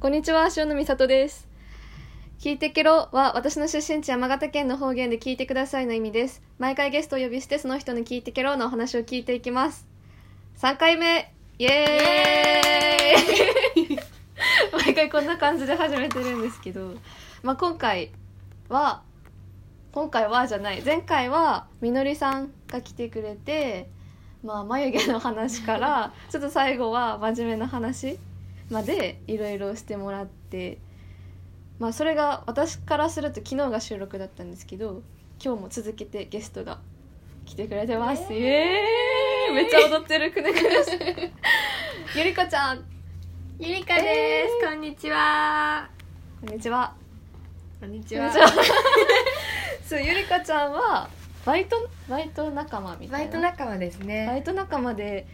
こんにちは、塩野美里です。聞いてけろは、私の出身地山形県の方言で聞いてくださいの意味です。毎回ゲストをお呼びして、その人に聞いてけろのお話を聞いていきます。3回目イエーイ 毎回こんな感じで始めてるんですけど、まあ、今回は、今回はじゃない、前回はみのりさんが来てくれて、まあ、眉毛の話から ちょっと最後は真面目な話までいろいろしてもらって、まあ、それが私からすると昨日が収録だったんですけど今日も続けてゲストが来てくれてます、イエーイイエーイめっちゃ踊ってるくねくねですゆりこちゃんゆりかです、こんにちはこんにちはこんにちこんにち そうゆりこちゃんはバイトバイト仲間みたバいイなト仲間ですバねイト仲間で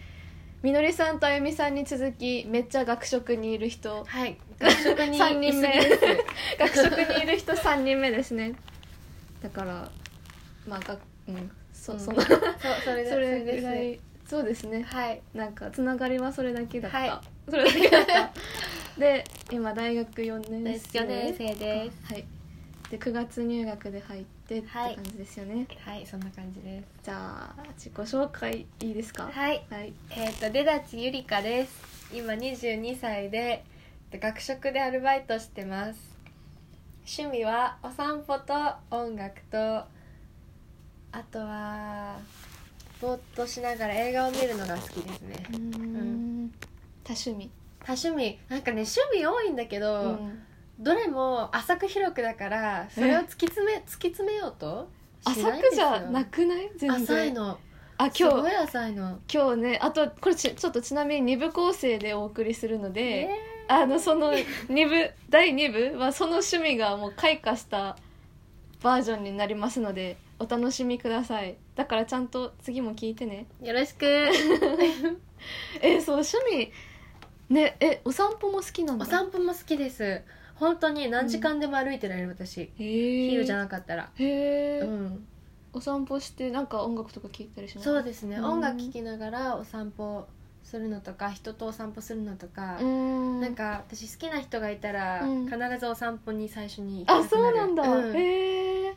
みのりさんとあゆみさんに続きめっちゃ学食にいる人はい、学食に三人目いすぎです学食にいる人3人目ですね だからまあがうんそ,、うんそのそう、それでそれぐそられいそうですねですはい、なんかつながりはそれだけだった、はいそれだけだった で今大学4年生4年生ではいで9月入学で入ってってはい感じですよね、すはい、そんな感じですじゃあ自己紹介いいですかはい、はい、えっ、と、出だちゆりかです今22歳で学食でアルバイトしてます趣味はお散歩と音楽とあとはぼーっとしながら映画を見るのが好きですねうーん多趣味多趣味なんかね趣味多いんだけど、うんどれも浅く広くだからそれを突き詰め突き詰めようとしない浅んでくすじよゃなくない全然浅いのあす今ご日い浅いの今日ねあとこれちちょっとちなみに二部構成でお送りするので、えあのその二部 第二部はその趣味がもう開花したバージョンになりますのでお楽しみくださいだからちゃんと次も聞いてねーよ ろしくえーそう趣味ねえお散歩も好きなんおだ散歩も好きです本当に何時間でも歩いてられる私、へ昼じゃーなかったら、へえ、うん、お散歩してなんか音楽とか聞いたりしますそうですね、うん音楽聴きながらお散歩するのとか人とお散歩するのとか、うーんなんか私好きな人がいたら、うん必ずお散歩に最初に行きたくなあるそうなんだ、うんへえ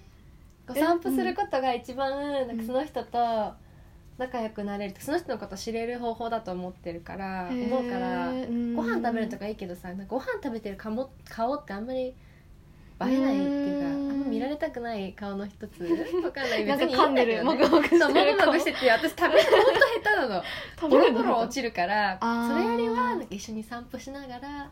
お散歩することが一番なんうんかその人と仲良くなれるその人のこと知れる方法だと思ってるから思うからごご飯食べるとかいいけどさなんかご飯食べてるかも顔ってあんまり映えないっていうかあうんんま見られたくない顔の一 つわかんないなんか別にいい噛んんでだけるどもねぐもぐしてるそうもぐもぐしてて私食べるのほんと下手な の食ボべロるボのロ落ちるからあーそれよりはなんか一緒に散歩しながら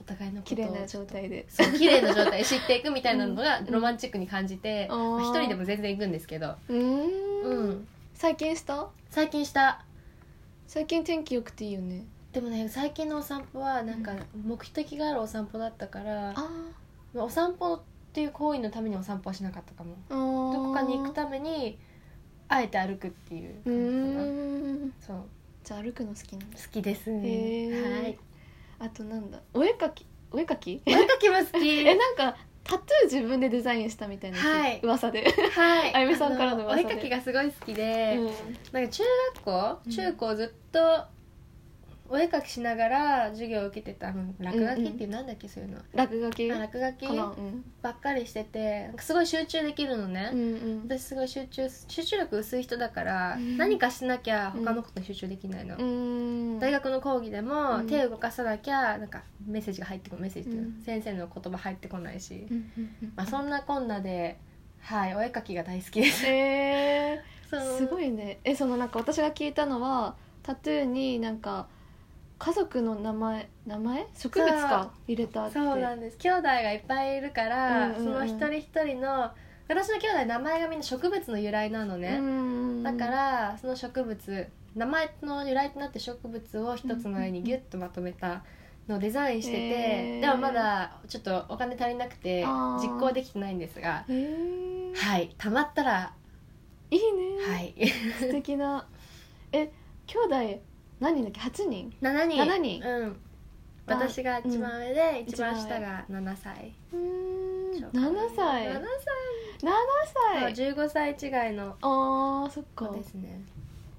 お互いのこと綺を麗な状態でそう綺麗な状態知っていくみたいなのがうんロマンチックに感じて、あーまあ一人でも全然行くんですけど、うーんうん、最近した最近した最近天気良くていいよねでもね最近のお散歩はなんかう目的があるお散歩だったから、あまあお散歩っていう行為のためにお散歩はしなかったかもあどどこかに行くためにあえて歩くっていうう感じかーなんそうじゃあ歩くの好きなんだ好きですへねーはいあとなんだお絵かきお絵かきお絵かきも好 きえなんかタトゥー自分でデザインしたみたいな、はい噂で、はいあゆみさんからのあお噂絵でかきがすごい好きで、うんなんか中学校うん中高ずっとお絵描きしながら授業を受けてたあの落書きっていうなんだっけそういうの、落書きあか落書きなばうんっかりしててなんかすごい集中できるのね、うんうん私すごい集中集中力薄い人だから、うん何かしなきゃ他のことに集中できないの、うーん大学の講義でも、うん手を動かさなきゃなんかメッセージが入ってこメッセージっていうのうん先生の言葉入ってこないし、うんうんうんまあ、そんなこんなではいお絵描きが大好 きですえーすごいいねえそのなんか私が聞いたのはタトゥーになんか家族の名前名前植物そうか入れたってそうなんです兄弟がいっぱいいるから、うんうんうんその一人一人の私の兄弟名前がみんな植物の由来なのうね、んだからその植物名前の由来となって植物を一つの絵にギュッとまとめたのをデザインしてて、へーでもまだちょっとお金足りなくてあー実行できてないんですがへーはいたまったらいいね、 はい素敵なえ兄弟何人だっけ8人7人7人うん私が一番上で、ん一番下が7歳うーん7 7歳7 7歳歳、15歳違いのあーそっか子ですね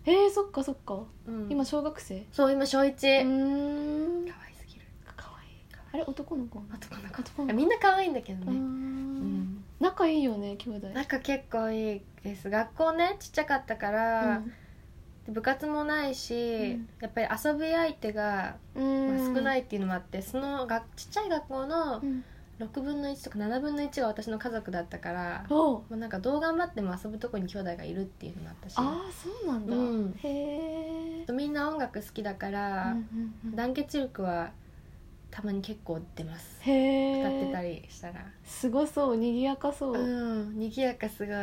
えー、そっかそっかうん今小学生そう今小一、うーん愛すぎるかわいい可あれ男の子男の子男の子みんな可愛いんだけどあーね、うん、仲いいよね兄弟なんか結構いいです学校ねちっちゃかったから、部活もないし、うんやっぱり遊び相手が、うん、まあ少ないいっていうのもあってそのがちっちゃい学校のうん、 6分の1とか7分の1が私の家族だったから、おうまあ、なんかどう頑張っても遊ぶとこに兄弟がいるっていうのもあったしああそうなんだ、うんへえあとみんな音楽好きだから、団結力はたまに結構出ますへえ歌ってたりしたら、すごそう賑やかそう、うん賑やかすごい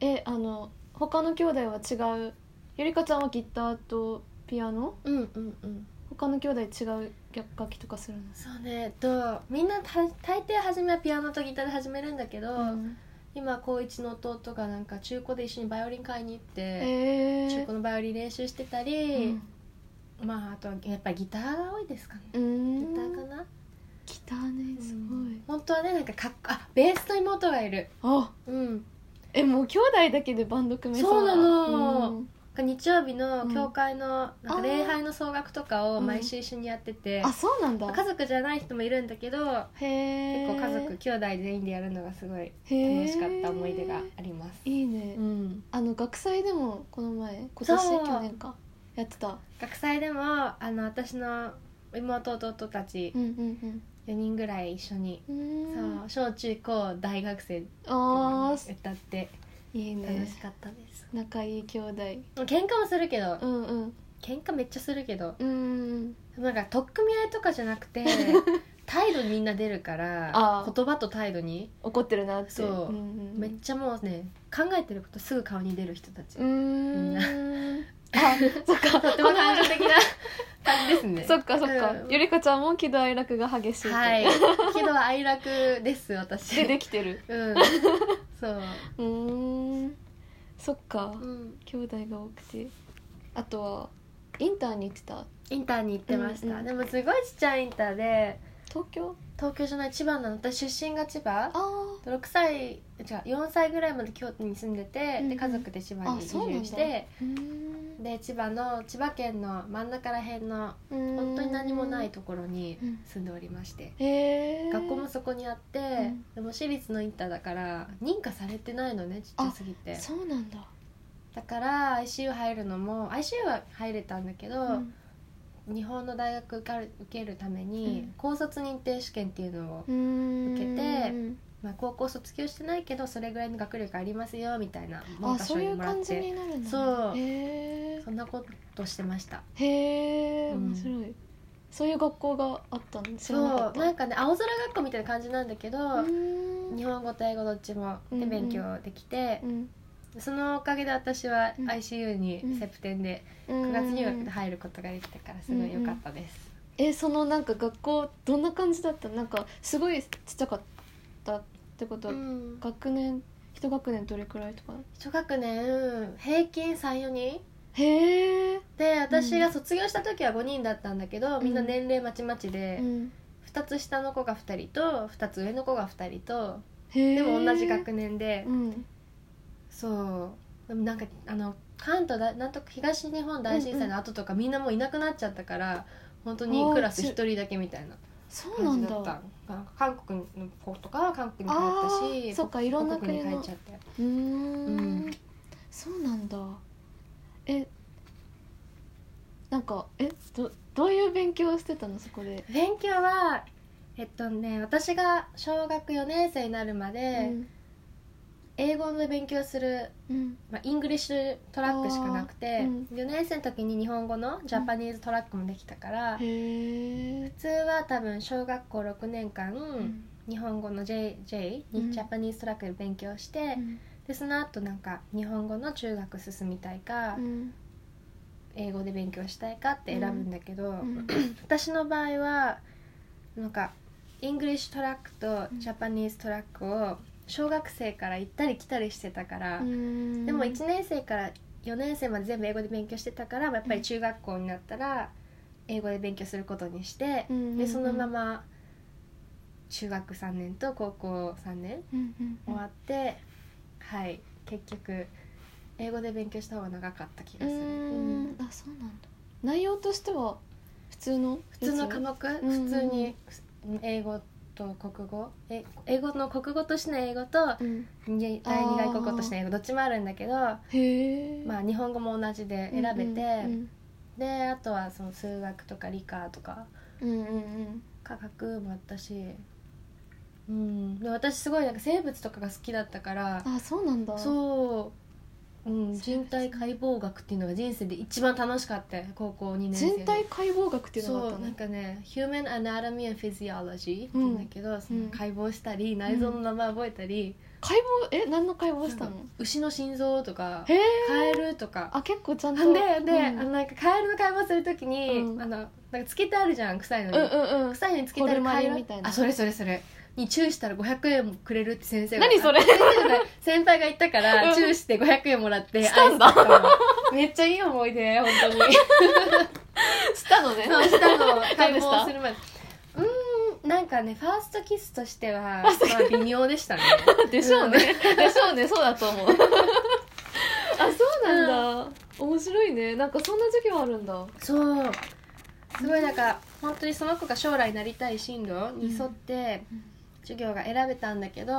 えあの他の兄弟は違うゆりかちゃんはギターとピアノうんうんうん他の兄弟違う楽器とかするのそうねえっとみんなた大抵初めはピアノとギターで始めるんだけど、ん今高一の弟がなんか中古で一緒にバイオリン買いに行って、へ中え古のバイオリン練習してたり、まああとはやっぱりギターが多いですかね、うんうんギターかなギターねすごい、本当はねなんかかっこあベースと妹がいるあうんえもう兄弟だけでバンド組めそうなのうん日曜日のうん教会のなんか礼拝の総額とかをうん毎週一緒にやってて、あそうなんだ家族じゃない人もいるんだけどへえ結構家族兄弟全員でやるのがすごいへ楽ーしかった思い出があります、いいね、うん、あの学祭でもこの前今そう年去年かやってた学祭でもあの私の妹弟たちうんうん4人ぐらい一緒に、うんそう小中高大学生ああー歌っていい楽ねしかったです、仲いい兄弟喧嘩もするけどうんうん喧嘩めっちゃするけどうんなんか取っ組み合いとかじゃなく て態度にみんな出るからあー言葉と態度に怒ってるなってそうんうん、めっちゃもうね考えてることすぐ顔に出る人たち、うーんあそっ かとっても感情的 な感じですねそっかそっか、うんゆりかちゃんも喜怒哀楽が激しいとはい喜怒哀楽です私出てきて る うんそう、うーんそっかうん、兄弟が多くてあとはインターに行ってたインターに行ってました、うんうんでもすごいちっちゃいインターで東京東京じゃない千葉なの私出身が千葉あ6歳違う4歳ぐらいまで京都に住んでて、うんうでん家族で千葉に移あそうなんだ住してーうーんで千葉の千葉県の真ん中らへんの本当に何もないところにうん住んでおりまして、へえ学校もそこにあって、んでも私立のインターだから認可されてないのねちっちゃすぎてそうなんだだから ICU 入るのも ICU は入れたんだけど、うん日本の大学受かる受けるために、うん高卒認定試験っていうのを、うーん受けてまあ、高校卒業してないけどそれぐらいの学力ありますよみたいなあ文科そう省いにうもらっ感じてになるんだそうへえそんなことしてましたへえうん面白い、そういう学校があったの知らなかそっうたなんかね青空学校みたいな感じなんだけど、うーん日本語と英語どっちもうんうでん勉強できてう、んそのおかげで私はうん ICU にうんセプテンでうん9月入学で入ることができたからすごい良かったです、えそのなんか学校どんな感じだったのなんかすごいちっちゃかったってことは、うん学年一学年どれくらいとか一学年平均34人へえ、で私が卒業した時は5人だったんだけど、うんみんな年齢まちまちで、うん、 2つ下の子が2人と2つ上の子が2人とへえでも同じ学年で、うんそうでもなんかあの関東だなんとか東日本大震災の後とか、みんなもういなくなっちゃったから本当にクラス1人だけみたいなそうな感んじだだったなんか韓国の子とかは韓国に帰あったーしそっかいろんな母国国に帰のっちゃってうーんうんそうなんだえなんかえどどういう勉強をしてたのそこで、勉強はえっとね私が小学4年生になるまで、英語の勉強する、うんまあ、イングリッシュトラックしかなくあて、ー4年生の時に日本語のジャパニーズトラックもできたから、うん、へえ普通は多分小学校6年間、うん日本語の JJ うにんジャパニーズトラックで勉強して、でその後なんか日本語の中学進みたいか、うん英語で勉強したいかって選ぶんだけど、うん私の場合はなんかイングリッシュトラックとうんジャパニーズトラックを小学生から行ったり来たりしてたから、うんでも1年生から4年生まで全部英語で勉強してたからやっぱり中学校になったら英語で勉強することにして、うんうんうんでそのまま中学3年と高校3年うんうんう終んわって、はい結局英語で勉強した方が長かった気がする。うんあそうなんだ内容としては普通の普通の科目、うんうん普通に英語と国語え英語の国語としての英語とうん、に第二外国語としての英語どっちもあるんだけどへえまあ日本語も同じで選べて、うんであとはその数学とか理科とかうんうんうん科学もあったし、うん、で私すごいなんか生物とかが好きだったからあそうなんだうそう、うん、生物人体解剖学っていうのが人生で一番楽しかったよ高校2年生人体解剖学っていうのがあっそたうなんのかね「Human Anatomy and Physiology」って言うんだけど、その解剖したり、内臓の名前覚えたり、解剖え何の解剖したのなんか牛の心臓とかへえカエルとかあ結構ちゃんでとで、あうんのなんかカエルの解剖するときに、うんあのなんかつけてあるじゃん臭いのに、うんうんうん臭いのにつけてあるカエホルマリンルみたいなあそれそれそれに注意したら500円もくれるって先生が何それ先生が先輩が言ったかうらん注意して500円もらってしたんだアイス買ったのめっちゃいい思い出本当に。したのねそうしたの解どうでした剖するまでうーんなんかねファーストキスとしてはまあ微妙でしたねでしょうね、でしょうねそうだと思うあそうなんだ、面白いねなんかそんな時期もあるんだそうすごいなんか本当にその子が将来なりたい進路に沿ってうんうん授業が選べたんだけど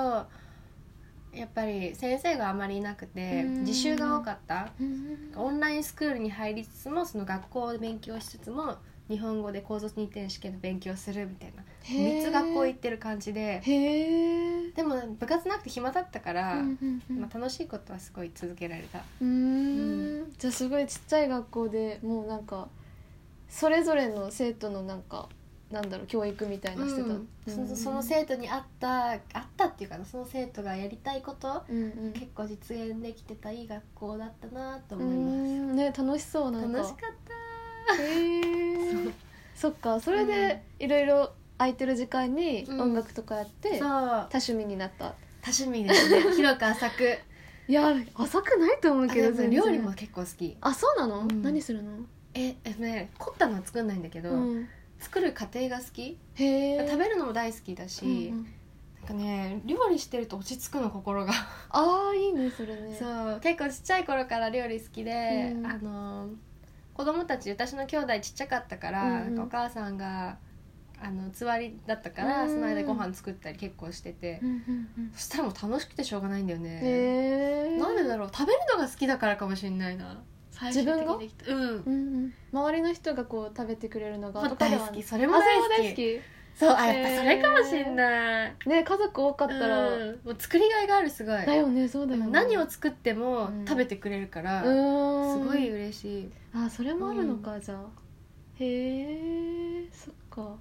やっぱり先生があまりいなくてうん自習が多かったうんオンラインスクールに入りつつもその学校で勉強しつつも日本語で高卒認定試験の勉強するみたいな3つ学校行ってる感じでへえでも部活なくて暇だったから、うんうんまあ、楽しいことはすごい続けられたうーんじゃあすごいちっちゃい学校でもうなんかそれぞれの生徒のなんかなんだろう教育みたいなしてた、うんそのその生徒にあったあったっていうかなその生徒がやりたいことうんうん結構実現できてたいい学校だったなとう思ーいますんね楽しそうなんか楽しかったへーそっかそれでいろいろ空いてる時間にうん音楽とかやって、多そう趣味になった多趣味です ね広く浅くいや浅くないと思うあけどでも全然料理も結構好きあそうなの、うん何するの、ええね凝ったのは作んないんだけど、うん、作る過程が好きへえ食べるのも大好きだし、うんうんなんかね料理してると落ち着くの心がああいいねそれねそう結構ちっちゃい頃から料理好きで、うんあの子供たち私の兄弟ちっちゃかったから、うんうんなんかお母さんがあのつわりだったから、うんその間ご飯作ったり結構してて、うんうんうんそしたらもう楽しくてしょうがないんだよね、へえなんでだろう食べるのが好きだからかもしれないな最自分が終的にできたうんう、んうん、周りの人がこう食べてくれるのがまあ、大好きそれでもも大大好好きき大好きそうあやっぱそれかもしれない、ね家族多かったら、うんもう作りがいがあるすごい、だよねそうだよね何を作ってもうん食べてくれるから、うーんすごい嬉しい、あそれもあるのか、じゃあへえそっか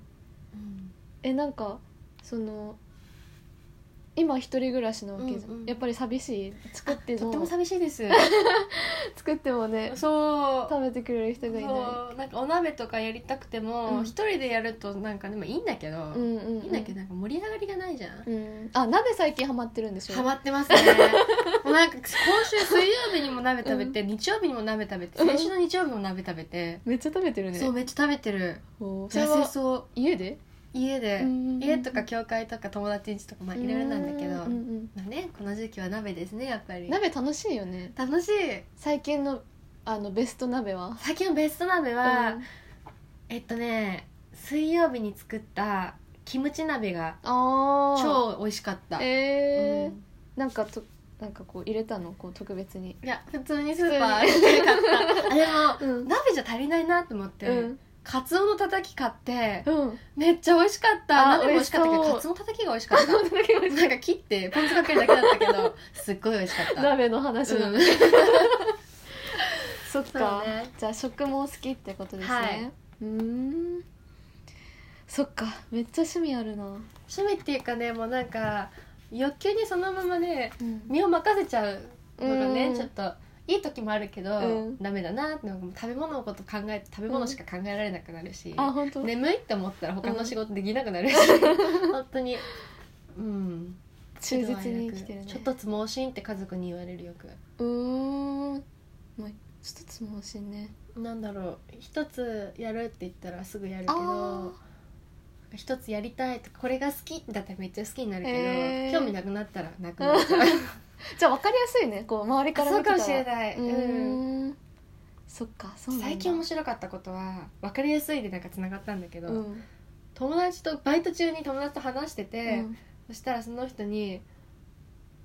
うんえなんかその今一人暮らしなわけじゃん、うんうんやっぱり寂しい作ってとってもも寂しいです 作っても ねそう食べてくれる人がいないそうなんかお鍋とかやりたくてもうん一、人でやるとなんかでもいいんだけど、うんうんうん、いいんだけどなんか盛り上がりがないじゃん、うん、あ鍋最近ハマってるんでしょハマってま すねもうなんか今週水曜日にも鍋食べて、日曜日にも鍋食べてうん先週の日曜日も鍋食べて、めっちゃ食べてるねそうめっちゃ食べてるおーそれ痩せはそう家で家で、うん家とか教会とか友達ん家とかまあいろいろなんだけうんうど、んまあねこの時期は鍋ですねやっぱり鍋楽しいよね楽しい最近のあのベスト鍋は最近のベスト鍋は、うんえっとね水曜日に作ったキムチ鍋があー超美味しかった、えーうんなんかとなんかこう入れたのこう特別にいや普通にスーパー で買ったあでも、うん鍋じゃ足りないなと思って、うんカツオのたたき買って うんめっちゃ美味しかったあ鍋も美味しかったけ美味しどそうカツオのたたきが美味しかっ たなんか切ってポン酢かけるだけだったけどすっごい美味しかった鍋の話なの、うんそっかそうねじゃあ食も好きってことですね、はいうーんそっかめっちゃ趣味あるな、趣味っていうかねもうなんか欲求にそのままねうん身を任せちゃうのがね、うんちょっといい時もあるけど、うんダメだなってなんか食べ物のこと考えて食べ物しか考えられなくなるし、あ本当、眠いって思ったら他の仕事できなくなるし、 本当にうん忠実に生きてるねちょっとつ盲信って家族に言われるよくうーんまあ一つも欲しいねなんだろう一つやるって言ったらすぐやるけあど一つやりたいとかこれが好きだったらめっちゃ好きになるけど、へー興味なくなったらなくなっ ちゃうじゃあ分かりやすいねこう周りからそう見てかたもらしれないうーんそっかそうなんだ最近面白かったことは分かりやすいでなんかつながったんだけど、うん友達とバイト中に友達と話してて、うんそしたらその人に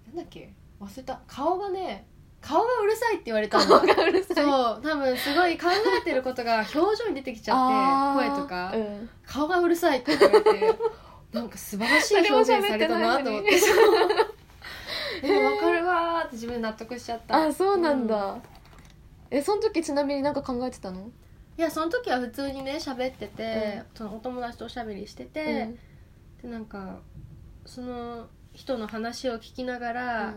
なんだっけ忘れた顔がね顔がうるさいって言われたの顔 がうるさいそう多分すごい考えてることが表情に出てきちゃあってー声とか、うん顔がうるさいって言われてなんか素晴らしい表現されたなと思 って誰も喋ってないの でも分かるわーって自分で納得しちゃったあそうなんうだ、えその時ちなみになんか考えてたの、いやその時は普通にね喋っててう、そのお友達とおしゃべりしてて、うんでなんかその人の話を聞きながら、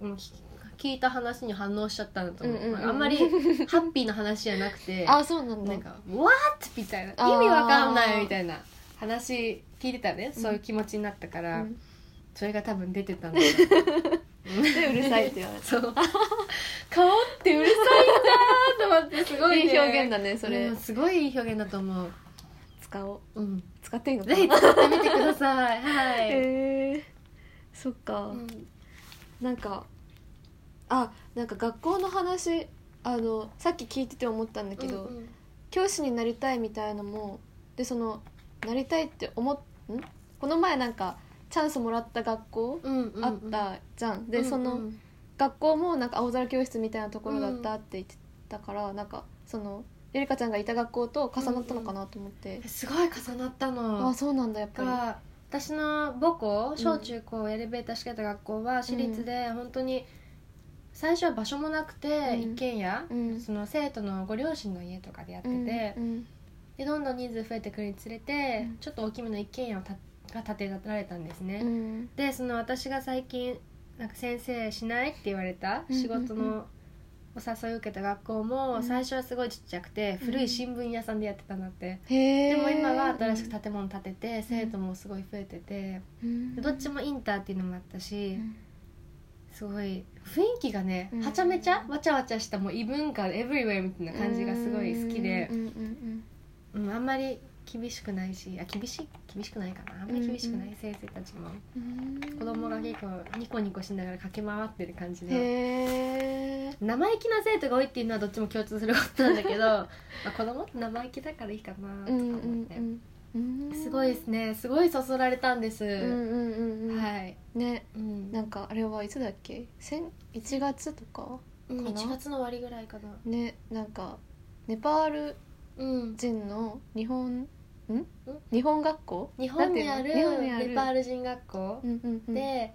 うん聞聞いた話に反応しちゃったのと思う、うんうんうんなんかあんまりハッピーな話じゃなくてあそうなんだなんか「What?」みたいな「意あー味わかんない」みたいな話聞いてたね、うんそういう気持ちになったかうら、んそれが多分出てたんだろうでうるさいって言われ そう顔ってうるさいんだーと思ってすごたい、いね、い表現だねそれ、うんすごいいい表現だと思う、使おううん、使っていいのかぜなひ使ってみてくださいはい、へえそっか、うんなんかあなんか学校の話あのさっき聞いてて思ったんだけど、うんうん教師になりたいみたいのもでそのなりたいって思っんこの前なんかチャンスもらった学校うんうんうんあったじゃん、でその、うんうん学校もなんか青空教室みたいなところだったって言ってたから、なんかそのゆりかちゃんがいた学校と重なったのかなと思って、すごい重なったのあそうなんだやっぱりが私の母校小中高エレベーター式だった学校は私立で本当に最初は場所もなくてうん一軒家、うんその生徒のご両親の家とかでやってて、うんでうんどんどん人数増えてくるにつれて、うんちょっと大きめの一軒家をたが建てられたんですね、うんでその私が最近なんか先生しないって言われたうんうんうん仕事のお誘いを受けた学校うもん最初はすごいちっちゃくてうん古い新聞屋さんでやってたんだってへえでも今は新しく建物建てて生徒もすごい増えててうんどっちもインターっていうのもあったうしんすごい雰囲気がねうんはちゃめちゃわちゃわちゃしたもう異文化エブリウェイみたいな感じがすごい好きでうんうんうんうんあんまり厳しくないしあ厳しい厳しくないかなあんまり厳しくなうんい先生たちも。うんうん子供が結構ニコニコしながら駆け回ってる感じでへえ生意気な生徒が多いっていうのはどっちも共通することなんだ けどまあ子供って生意気だからいいかなとか思って、すごいですねすごいそそられたんです、うんうんうんうんはい、ねうんなんかあれはいつだっけ先1月とかうんかな1月の終わりぐらいかなねなんかネパールうん人の日本ん日本学校日本にある日本にあるネパール人学校うんうんうんで、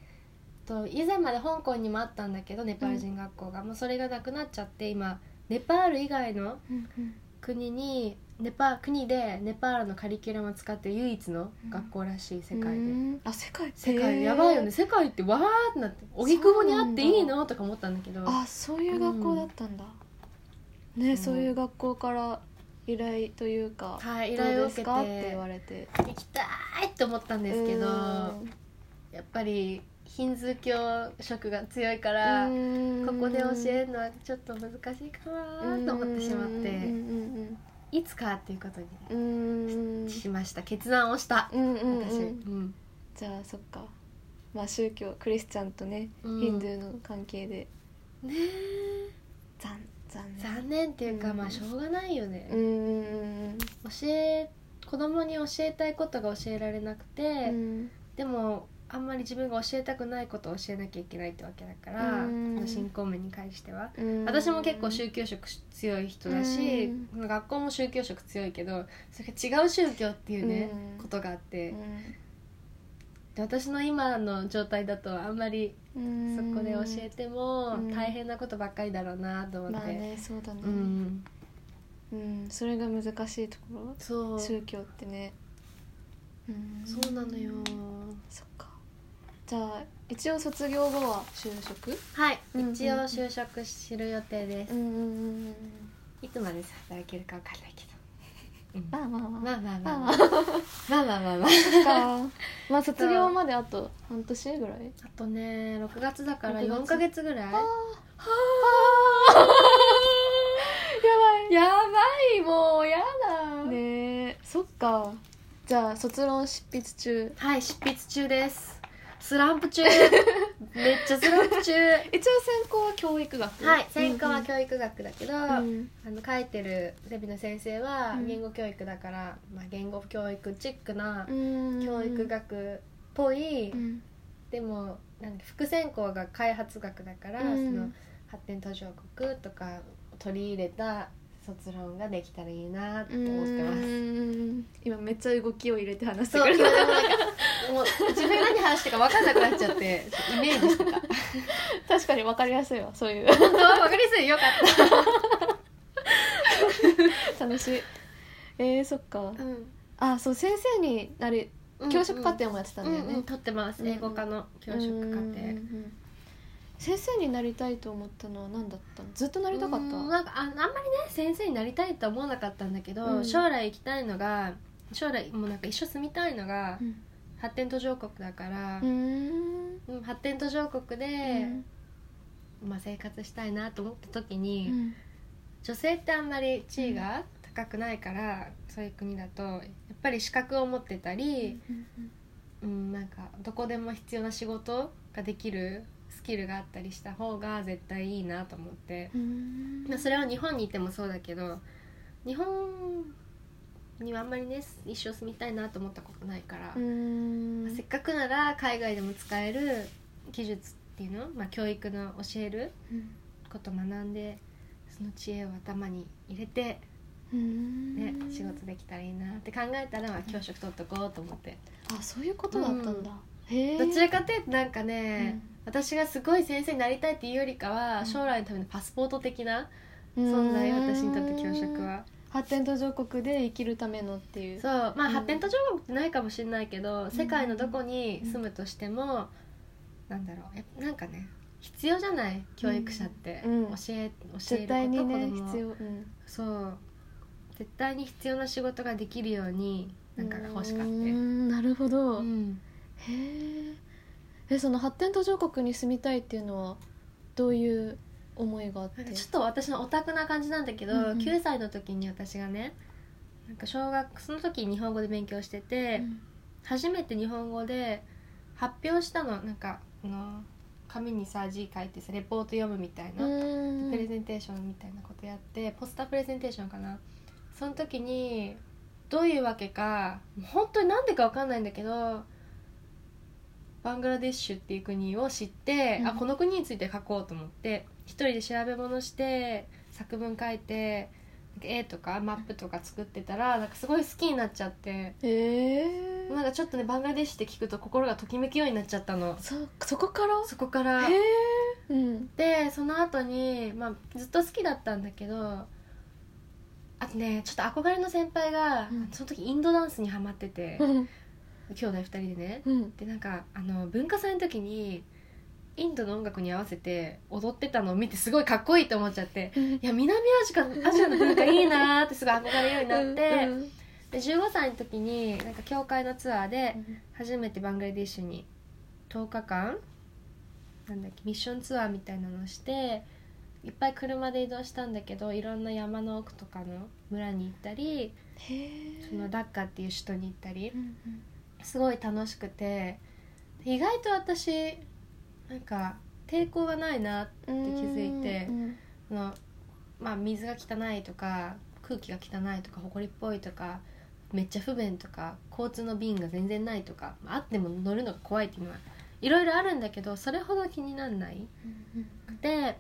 と以前まで香港にもあったんだけどネパール人学校が、もうそれがなくなっちゃって今ネパール以外のうんうん国にネパ国でネパールのカリキュラムを使って唯一の学校らしい世界で、うんあ世界世界やばいよねへー世界ってわーってなって荻窪にあっていいそうのとか思ったんだけどあそういう学校だったんだねそうそういう学校から依頼というかはい依どう頼をで受けすてかって言われて行きたいって思ったんですけうんどやっぱりヒンズー教色が強いからうこんこで教えるのはちょっと難しいかなと思ってしまっうてんいつかっていうことうんうんうんにしました決断をしたうんうんうん私うんうんじゃあそっかまあ宗教クリスチャンとねうんヒンドゥーの関係でねえ残残念残念っていうか、うんまあしょうがないよね、うん教え子供に教えたいことが教えられなくて、うんでもあんまり自分が教えたくないことを教えなきゃいけないってわけだから、うんその信仰面に関しては、うん私も結構宗教色強い人だし、うんその学校も宗教色強いけどそれが違う宗教っていうね、うんことがあって、うんで私の今の状態だとあんまりうんそこで教えてもうん大変なことばっかりだろうなと思って、まあねそうだねうん、うんそれが難しいとこそうろ宗教ってねうんそうなのよそっかじゃあ一応卒業後は就職はい、うんうんうん一応就職する予定です、うんうんうんうんいつまで働けるかわかんないけど、うんまあまあまあまあまあまあままああまあまあまあまあかまあ卒業まであと半年ぐらいあとね6月だから6月4か月ぐらいあーやばいもうやだやばいねえそっかじゃあ卒論執筆中 はい執筆中ですスランプ中めっちゃスロー一応プ中専攻は教育学はい専科は教育学だけど、うんうんあの書いてるゼミの先生はうん言語教育だから、まあ、言語教育チックなうん教育学っぽい、うんでもなんか副専攻が開発学だから、うんその発展途上国とか取り入れた卒論ができたらいいなとうん思ってます。今めっちゃ動きを入れて話してそうくれ今たもうなんかもう自分何話してるか分かんなくなっちゃってイメージしてた本 確かに分かりやすいわそういう当は分かりやすいよかっ楽しいえー、そっかた、あそう先生になり教職課程もやってたんだよね、うんうん取ってますうんうん英語科の教職課う程んうんうん先生になりたいと思ったのは何だったのずっとなりたかっうんたなんかああんまりね先生になりたいとは思わなかったんだけど、うん将来行きたいのが将来もうなんか一緒住みたいのがうん発展途上国だからう、んうん発展途上国で、まあ、生活したいなと思った時に、うん女性ってあんまり地位が高くないから、そういう国だとやっぱり資格を持ってたり、うんなんかどこでも必要な仕事ができるスキルがあったりした方が絶対いいなと思って、うんまあ、それは日本にいてもそうだけど日本にはあんまりね一生住みたいなと思ったことないから、うんまあせっかくなら海外でも使える技術っていうの、まあ、教育の教えることを学んでその知恵を頭に入れてうんね、仕事できたらいいなって考えたらまあ教職取っとこうと思って、あそういうことだったんだ、へえどちらかというとなんかね、うん私がすごい先生になりたいっていうよりかは、うん将来のためのパスポート的な存在私にとって教職は発展途上国で生きるためのっていうそうまあ、うん発展途上国ってないかもしれないけど、世界のどこに住むとしても、なんだろうやっぱなんかね必要じゃない教育者って、うん教え教える絶対こにと、ね子供を必要、うん、そう絶対に必要な仕事ができるようになんかが欲しかった。うんなるほど、うんへーえその発展途上国に住みたいっていうのはどういう思いがあっなんてかちょっと私のオタクな感じなんだけど、うんうん9歳の時に私がねなんか小学その時日本語で勉強してて、初めて日本語で発表したのなんかあの紙にさ字書いてさレポート読むみたいな、うんプレゼンテーションみたいなことやってポスタープレゼンテーションかなその時にどういうわけかもう本当になんでかわかんないんだけどバングラデシュっていう国を知って、うんあこの国について書こうと思って一人で調べ物して作文書いてなんか絵とかマップとか作ってたらなんかすごい好きになっちゃってえーなんかちょっとねバングラデシュって聞くと心がときめくようになっちゃったのそうそこからそこからへえうんでその後にまあ、ずっと好きだったんだけどあとねちょっと憧れの先輩が、うんその時インドダンスにハマってて、うん兄弟2人でねうんでなんかあの文化祭の時にインドの音楽に合わせて踊ってたのを見てすごいかっこいいと思っちゃっていや南アジアアジアの文化いいなーってすごい憧れるようになって、うんで15歳の時になんか教会のツアーで初めてバングラディッシュに10日間なんだっけミッションツアーみたいなのをしていっぱい車で移動したんだけどいろんな山の奥とかの村に行ったりへえそのダッカっていう首都に行ったりうんすごい楽しくて意外と私なんか抵抗がないなうんって気づいてうんそのまあ水が汚いとか空気が汚いとか埃っぽいとかめっちゃ不便とか交通の便が全然ないとかまああっても乗るのが怖いっていうのはいろいろあるんだけどそれほど気にならないうんで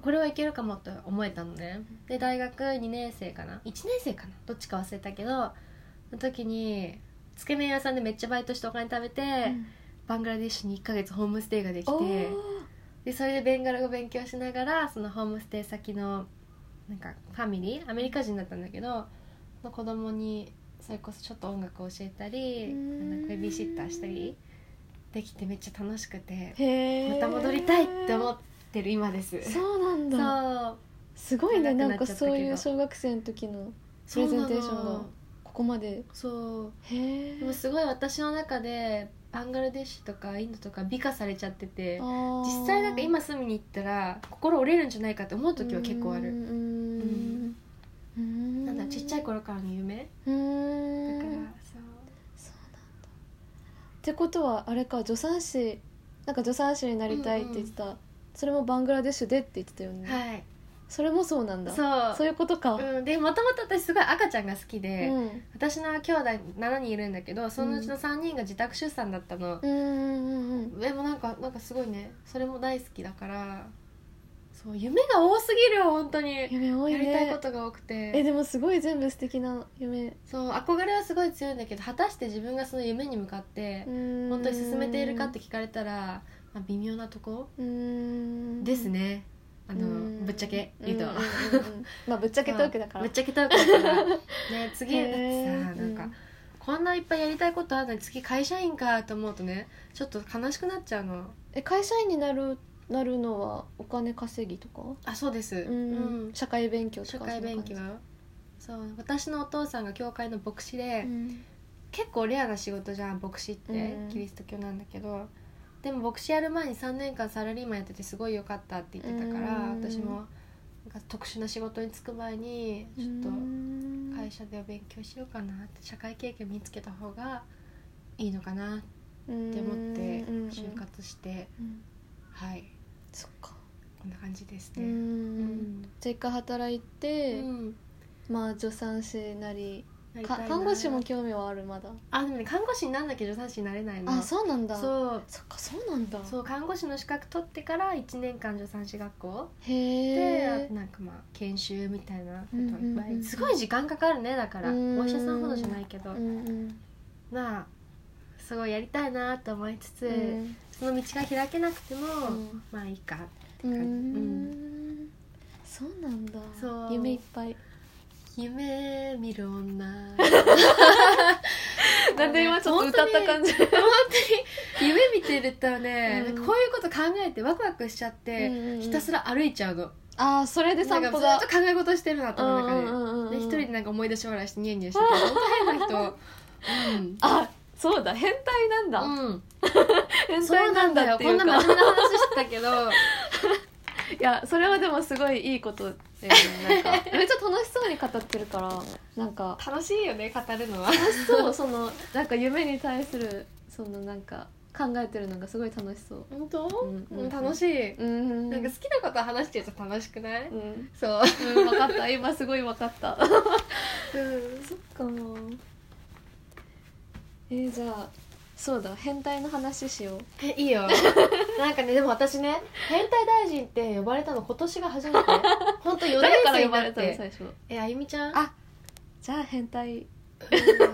これはいけるかもと思えたのねで大学2年生かな1年生かなどっちか忘れたけどの時につけ麺屋さんでめっちゃバイトしてお金貯めて、うんバングラディッシュに1ヶ月ホームステイができて。おーでそれでベンガル語勉強しながらそのホームステイ先のなんかファミリーアメリカ人だったんだけどの子供にそれこそちょっと音楽を教えたりうーんなんかベビーシッターしたりできてめっちゃ楽しくてへえまた戻りたいって思ってる今ですそうそうなんだすごいねな長んくかなっちゃったけどそういう小学生の時のプそうレゼンテーショなンがのここまでそうへえでもすごい私の中でバングラデシュとかインドとか美化されちゃってて実実際なんか今住みに行ったら心折れるんじゃないかって思う時は結構あるうんうんなんだちっちゃい頃からの夢うだんそからそううなんだってことはあれか助産師なんか助産師になりたいって言ってた、それもバングラデシュでって言ってたよね、はいそれもそうなんだそういうことか、うん、でもともと私すごい赤ちゃんが好きで、うん私の兄弟7人いるんだけどそのうちの3人が自宅出産だったのう、んうんうんでもなんかなんかすごいねそれも大好きだからそう夢が多すぎるよ本当にやり夢多いねたいことが多くえてでもすごい全部素敵な夢そう憧れはすごい強いんだけど果たして自分がその夢に向かって本本当に進めているかって聞かれたら、まあ、微妙なとこうんですね、あのうんぶっちゃけ言うと。んんんうんまあぶっちゃけトークだからぶっちゃけトークだ からね次だっへてーさなんか、うんこんないっぱいやりたいことあるのに次会社員かと思うとねちょっと悲しくなっちゃうのえ会社員になるなるのはお金稼ぎとかあそうですううんん社会勉強とか社会勉強そんなそう私のお父さんが教会の牧師で、感じ結構レアな仕事じゃん牧師って、うんキリスト教なんだけどでも牧師やる前に3年間サラリーマンやっててすごい良かったって言ってたから、うん私もなんか特殊な仕事に就く前にうちょんっと。うん会社で勉強しようかなって社会経験見つけた方がいいのかなってうん思ってうん就活して、うんはいそっかこんな感じですうね。んじゃあ一回働いてうんまあ助産師なりなりたかいな看護師も興味はあるまだあでもね看護師になんなきゃ助産師になれないのあそうなんだそうそっかそうなんだそう看護師の資格取ってから1年間助産師学校へであえとなんかまあ研修みたいなこといっぱい、うんうんうんすごい時間かかるねだからうんお医者さんほどじゃないけど、うんうんまあすごいやりたいなと思いつつ、うんその道が開けなくても、うんまあいいかうじんそうなんだそう夢いっぱい夢見る 女なんで今ちょっと歌った感じ本当に本当に夢見てるとね、うんこういうこと考えてワクワクしちゃって、ひたすらら歩いちゃうのああそれで散歩なだんかずっと考え事してるなと思う中で,、うんうんうんうんで一人でなんか思い出し笑いしてニヤニヤしてて本当変 な人うんあそうだ変態なんだ、うん、変そう態ななんんだだよってこいんうなか真面目な話してたけどいやそれはでもすごいいいことで、ね、なん かめっちゃ楽しそうに語ってるからなんか楽しいよね語るのはそうそのなんか夢に対するそのなんか考えてるのがすごい楽しそう本当、うんうんうん楽しい、うんなんか好きなこと話してると楽しくない、うん、そう、うん、分かった今すごい分かったそっかえー、じゃあそうだ変態の話しようえい いよなんかねでも私ね変態大臣って呼ばれたの今年が 初めて本当4年誰から生呼にばなれったのて最初えあゆみちゃんあじゃあ変態うん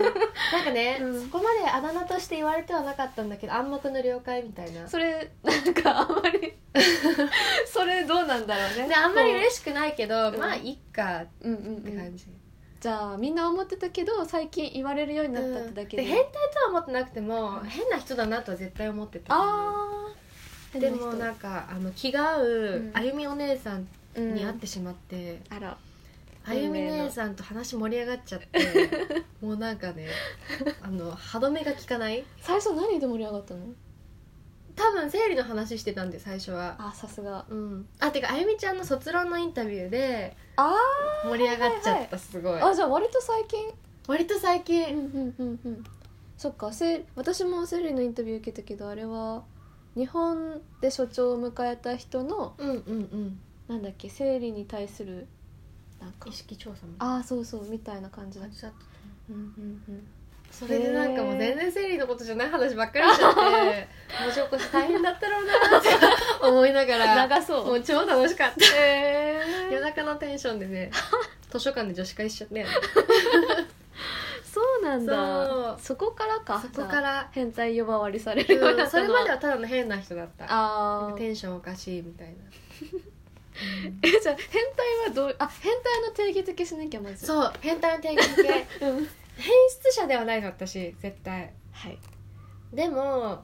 なんかね、うんそこまであだ名として言われてはなかったんだけど暗黙の了解みたいなそれなんかあんま りそれどうなんだろうねであんまりし嬉しくないけど、うんまあいっかっうんうんうてん感じ、じゃあみんな思ってたけど最近言われるようになったってだけで,、で変態とは思ってなくても変な人だなとは絶対思ってたああでもなんかあの気が合ううんあゆみお姉さんに会っうんてしまって、あらあゆみ姉さんと話盛り上がっち ゃってもうなんかねあの歯止めが効かない最初何で盛り上がったの多分生理の話してたんで最初はあさすがうんあてかあゆみちゃんの卒論のインタビューであ盛り上がっちゃったすごいあじゃあ割と最近割と最うん近うんうんうんそっかせ私もセリのインタビュー受けたけどあれは日本で所長を迎えた人のうんうんうんなんだっけ生理に対するなんか意識調査もああそうそうみたいな感じだ感じだったと思ううんうんうんそれでなんかもう全然生理のことじゃない話ばっかりしちゃって文字起こし大変だったろうな って思いながら長そもうう超楽しかったへ夜中のテンションでね図書館で女子会しちゃってそうなんそうだそこからかそこから、変態呼ばわりされるようにう、なんっそたれのまではただの変な人だったなんあかーテンションおかしいみ たいなえじゃあ変態はどうあ変態の定義付けしなきゃまずう、そう変態の定義系変うん、質者ではないの私絶対はいでも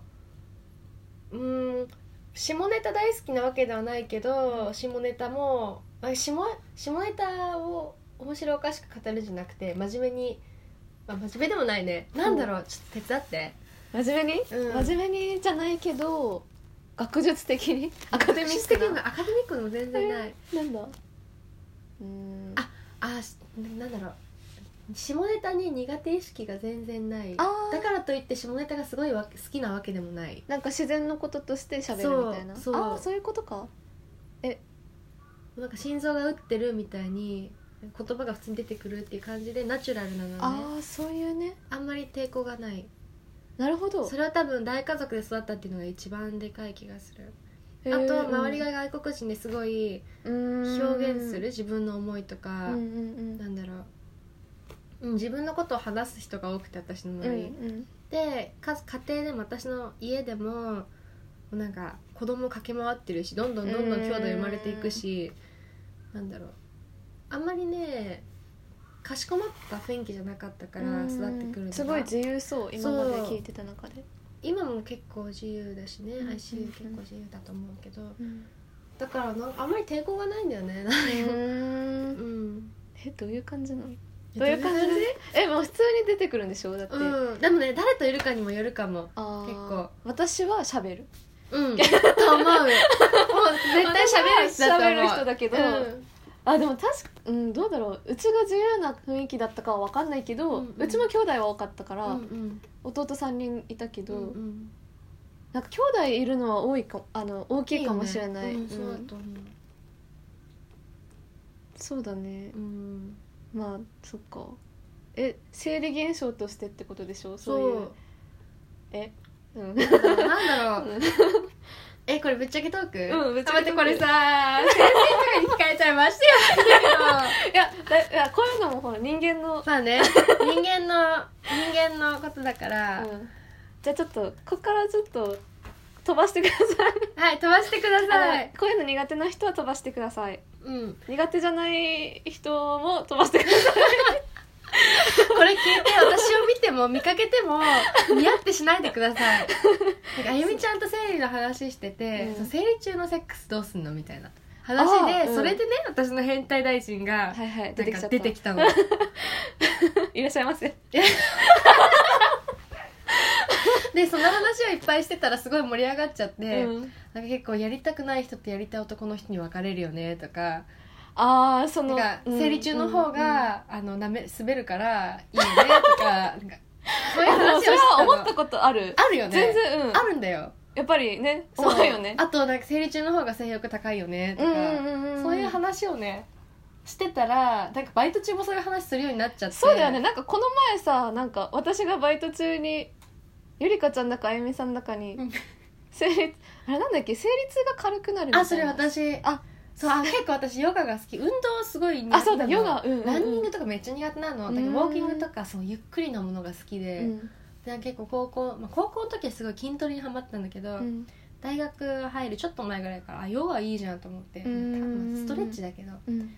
うーん下ネタ大好きなわけではないけど下ネタもあ下下ネタを面白おかしく語るんじゃなくて真面目に、まあ、真面目でもないねなんだろうちょっと手伝って真面目に、うん真面目にじゃないけ的学術的にアカデミッ質 的クになアカデミックの全然ないなんだうーんああしななんだろう下ネタに苦手意識が全然ないあーだからといって下ネタがすごいわ好きなわけでもないなんか自然のこととして喋るみたいなそうそうああそういうことかなんか心臓が打ってるみたいに言葉が普通に出てくるっていう感じでナチュラルなのねああそういうねあんまり抵抗がないなるほどそれは多分大家族で育ったっていうのが一番でかい気がするへあーと周りが外国人ですごいうん表現する自分の思いとうか、んうんなんだろう、うん、自分のことを話す人が多くて私のうん周り、うんでか家庭でも私の家でもなんか子供駆け回ってるしどんどんどんどん兄弟生まれていくし、なんだろうあんまりねかしこまった雰囲気じゃなかったから育ってくるのがすごい自由そう今まで聞いてた中で今も結構自由だしね、うん ICU 結構自由だと思うけどうんだからなんかあんまり抵抗がないんだよね うんえどういう感じなのどういう感じえもう普通に出てくるんでしょだって、あうん、でもね誰といるかにもよるかも、あ結構私は喋るうん、 と思うもう絶対喋る人だと 私は喋思うる人だけどあでも確かうんどうだろううちが自由な雰囲気だったかは分かんないけど、ううんうんちも兄弟は多かったから、うんうん弟3人いたけうど、んうんなんか兄弟いるのは多いかあの大きいかもしれないいいよねうん、うそんうだと思う、そうだねうん、まあそっかえ生理現象としてってことでしょそそうういうえうん なんだろう えこれぶっちゃけトークうんぶっちゃけトークあ待ってこれさ 先生とかに聞かれちゃいましたよいやだいやこういうのもほら人間の、まあね人間の人間のことだから、うんじゃあちょっとここからちょっと飛ばしてくだはい飛ばしてください、さいあのこういうの苦手な人は飛ばしてくださいうん苦手じゃない人も飛ばしてくださいこれ聞いて私を見ても見かけても似合ってしないでくださいなんかあゆみちゃんと生理の話してて、うんその生理中のセックスどうすんのみたいな話あーで、うんそれでね私の変態大臣が、はいはいな出んてきちゃかった出てき たのいらっしゃいませでその話をいっぱいしてたらすごい盛り上がっちゃって、うんなんか結構やりたくない人とやりたい男の人に分かれるよねとかああそなのんか生理中の方が、あのなめ滑るからいいよねとかなん かそういううんうん 話あをしそてれはたの思ったことあるあるよね全然うんあるんだよやっぱりねそう思うよねあとなんか生理中の方が性欲高いよねとか、んそういう話をねしてたらなんかバイト中もそういう話するようになっちゃってそうだよねなんかこの前さなんか私がバイト中にゆりかちゃんだかあゆみさんだかにうん生理あれなんだっけ生理痛が軽くなるみたいなあそれ私あそうあ結構私ヨガが好き運動すごい苦手なあのそうだヨガうんうんうんランニングとかめっちゃ苦手なのだからうんウォーキングとかそうゆっくりのものが好きうで,、んで結構高校、まあ、高校の時はすごい筋トレにハマってたんだけど、うん大学入るちょっと前ぐらいからあヨガいいじゃんと思って、うんまあストレッチだけどうん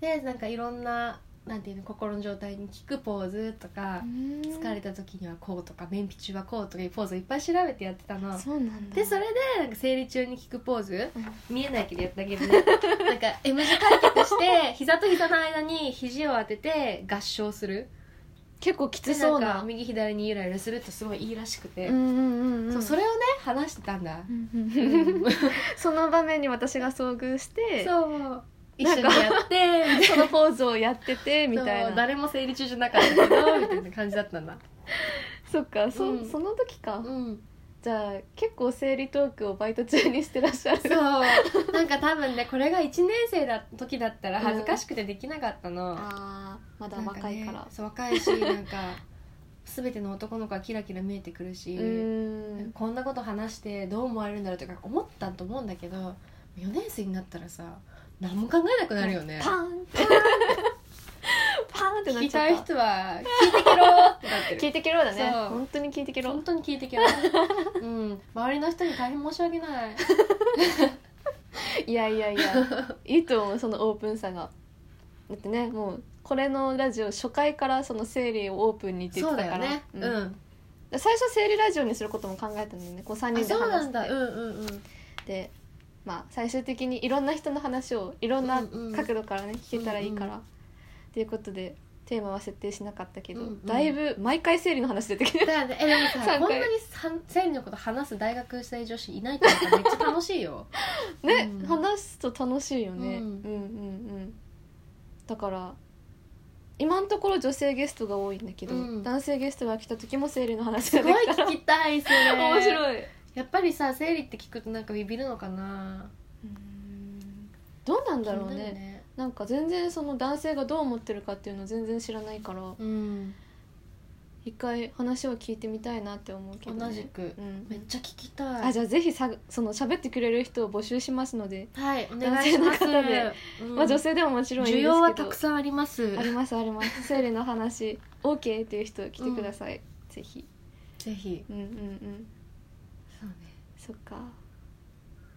でなんかいろんななんていうの心の状態に効くポーズとか、疲れた時にはこうとか便秘中はこうとかいうポーズをいっぱい調べてやってたのそうなんだでそれでなんか生理中に効くポーズ、う見えないけどやったけ どねなんか M 字開脚して膝と膝の間に肘を当てて合掌する結構きでつそうなんかな右左にゆらゆらするとすごいいいらしくて、うんうんうんそうそれれをね話してたんだ、その場面に私が遭遇してそう一な緒んにかやってそのポーズをやって てみみたたいいなな誰も生理中じゃなかったけどみたいな感じだったんだそっかそ,、うんその時か、うんじゃあ結構生理トークをバイト中にしてらっしゃる そうなんか多分ねこれが1年生だ時だったら恥ずかしくてできなかったの、あーまだなん若いからね、そう若いしなんか全ての男の子はキラキラ見えてくるし、うんこんなこと話してどう思われるんだろうとか思ったと思うんだけど4年生になったらさ何も考えなくなるよねパーンってパーンって聞なっきちゃたっいた人は聞いてけろーってなってる聞いてけろだねそう本当に聞いてけろ本当に聞いてけ ろうん周りの人に大変申し訳ないいやいやいや いいと思うそのオープンさがだってねもうこれのラジオ初回からその生理をオープンにって言そっうてだたかよらねううんん、だから最初生理ラジオにすることも考えたんだよねこう3あ人でそうな話んだしうてんうんうんでまあ最終的にいろんな人の話をいろんなうんうん角度からね聞けたらいいからうんうと、いうことでテーマは設定しなかったけど、うんうんだいぶ毎回生理の話出てきてだよねえでも三回さこんなにさん生理のこと話す大学生女子いないってことめっちゃ楽しい よね、うん話すと楽しいよね、ううん、んうんうんだから今のところ女性ゲストが多いんだけど、うん男性ゲストが来た時も生理の話すがでごいきた聞きたいそれ面い白いやっぱりさ生理って聞くとなんかビビるのかなどうなんだろう気になねるねなんか全然その男性がどう思ってるかっていうの全然知らないからうん一回話を聞いてみたいなって思うけど、ね、同じくうんめっちゃ聞きたいあじゃあぜひさその喋ってくれる人を募集しますので、はいお願いしま男す性の方でうんまあ女性でももちろんいいん需ですけど要はたくさんありますありますあります生理の話 OK っていう人来てください、ぜひぜひうんうんうんそうねそっか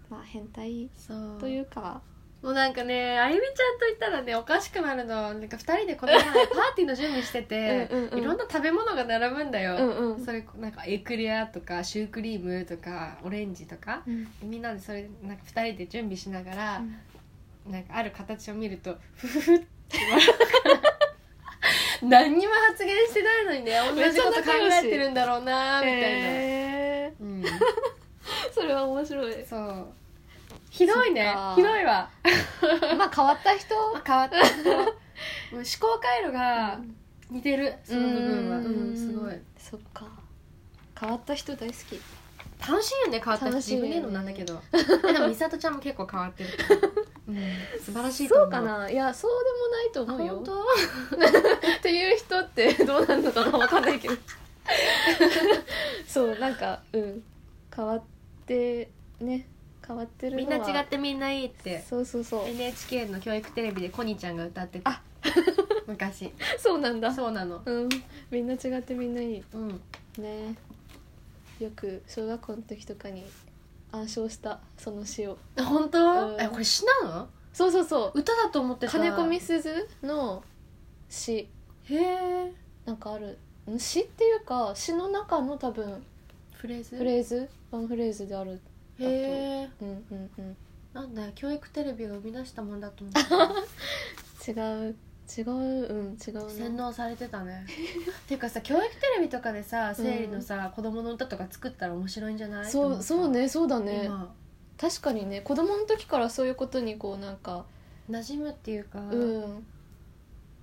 まあ変態そうというかもうなんかねあゆみちゃんと言ったらねおかしくなるのなんか2人でこの前パーティーの準備しててうんうんうんいろんな食べ物が並ぶんだうんよ、うんそれなんかエクレアとかシュークリームとかオレンジとかうんみんなでそれなんか2人で準備しながら、なんかある形を見るとフフフって笑うから何にも発言してないのにね同じこと考えてるんだろうなみたいな、へーうん、それは面白いそうひどいそっねかひどいわまあ変わった人まあ変わったもう思考回路が似てるその部分は、うんすごいそっか変わった人大好き楽しいよね変わった人楽しい自よね分で言うのなんだけ どでも美里ちゃんも結構変わってるから、うん、素晴らしいと思うそうかないやそうでもないと思うあよ本当っていう人 ってどうなんのかなわかんないけどそうなんかうん変わってね変わってるみんのはな違ってみんないい ってそうそうそう NHK の教育テレビでコニーちゃんが歌ってたあ 昔そうなんだそうなのうんみんな違ってみんないいうんねよく小学校の時とかに暗唱したその詩を本当、うんえこれ詩なのそうそうそう歌だと思ってた金子みすずの詩へえなんかあるん詩っていうか詩の中の多分フレーズフレーズワンフレーズであるへえうんうんうんなんだよ教育テレビが生み出したもんだと思ってた違う違ううん違うな洗脳されてたねっていうかさ教育テレビとかでさ生理のさ、子供の歌とか作ったら面白いんじゃないそって思っうたそうねそうだね今確かにね子供の時からそういうことにこうなんか馴染むっていうか、うん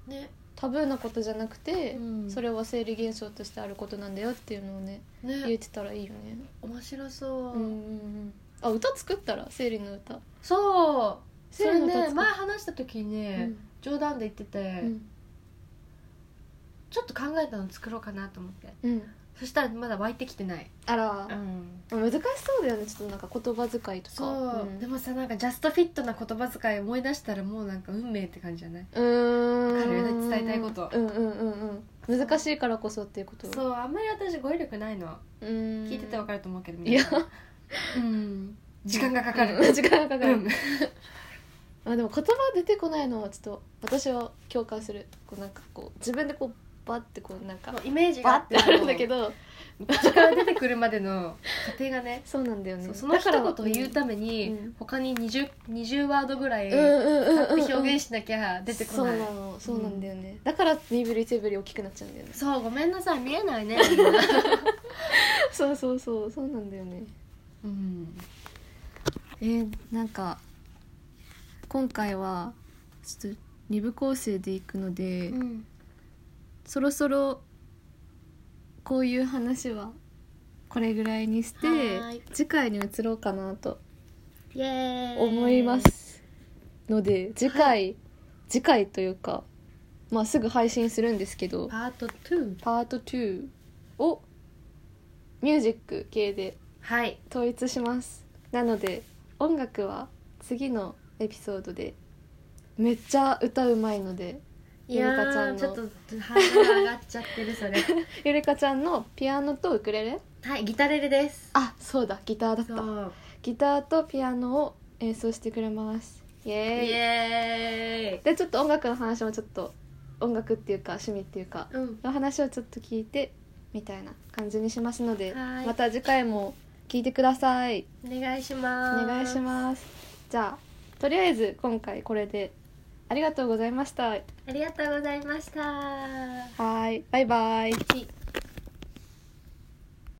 ね、タブーなことじゃなくて、うんそれは生理現象としてあることなんだよっていうのをね言えねてたらいいよね面白そう、うんうんうんあ歌作ったら生理の歌、そうそれ生理の歌ね作っ前話した時にうね、ん冗談で言ってて、うんちょっと考えたの作ろうかなと思ってうんそしたらまだ湧いてきてない、あらん、難しそうだよねちょっとなんか言葉遣いとかそう、んでもさなんかジャストフィットな言葉遣い思い出したらもうなんか運命って感じじゃないうーん彼らに伝えたいことうんうんうんうん難しいからこそっていうことそうあんまり私語彙力ないのうーん聞いててわかると思うけどいや皆さんうん時間がかかる、うん時間がかかる、うんあでも言葉出てこないのはちょっと私は共感するこうなんかこう自分でこうバッてこうなんかイメージがバあッてあるんだけど時間出てくるまでの 過程がねそうなんだよねそうその一言を言うだかために、うん他に 20, 20ワードぐらいらうんうんうんうんうん表現しなきゃ出てこない、そうなのそうなんだよね、だから身振り手振り大きくなっちゃ うんだよねそうごめんなさい見えないね、 そうそうそうそうなんだよねうん、えー、なんか今回はちょっと2部構成でいくので、うんそろそろこういう話はこれぐらいにしてはーい次回に移ろうかなとイエーイ思いますので次回、は次回というかまあすぐ配信するんですけどパート2パート2をミュージック系ではい統一しますなので音楽は次のエピソードでめっちゃ歌うまいのでいやゆりかちゃんーのちょっとハードル上がっちゃってるそれ ゆりかちゃんのピアノとウクレレはいギタレレですあそうだギターだっそたうギターとピアノを演奏してくれますイエイーイエでちょっと音楽の話もちょっと音楽っていうか趣味っていうかーイうんの話をちょっと聞いてみたいな感じにしますのではいまた次回も聞いてくださいお願いしおます願いしますじゃあとりあえず今回これでありがとうございましたはありがとうございましたーいバイバイはい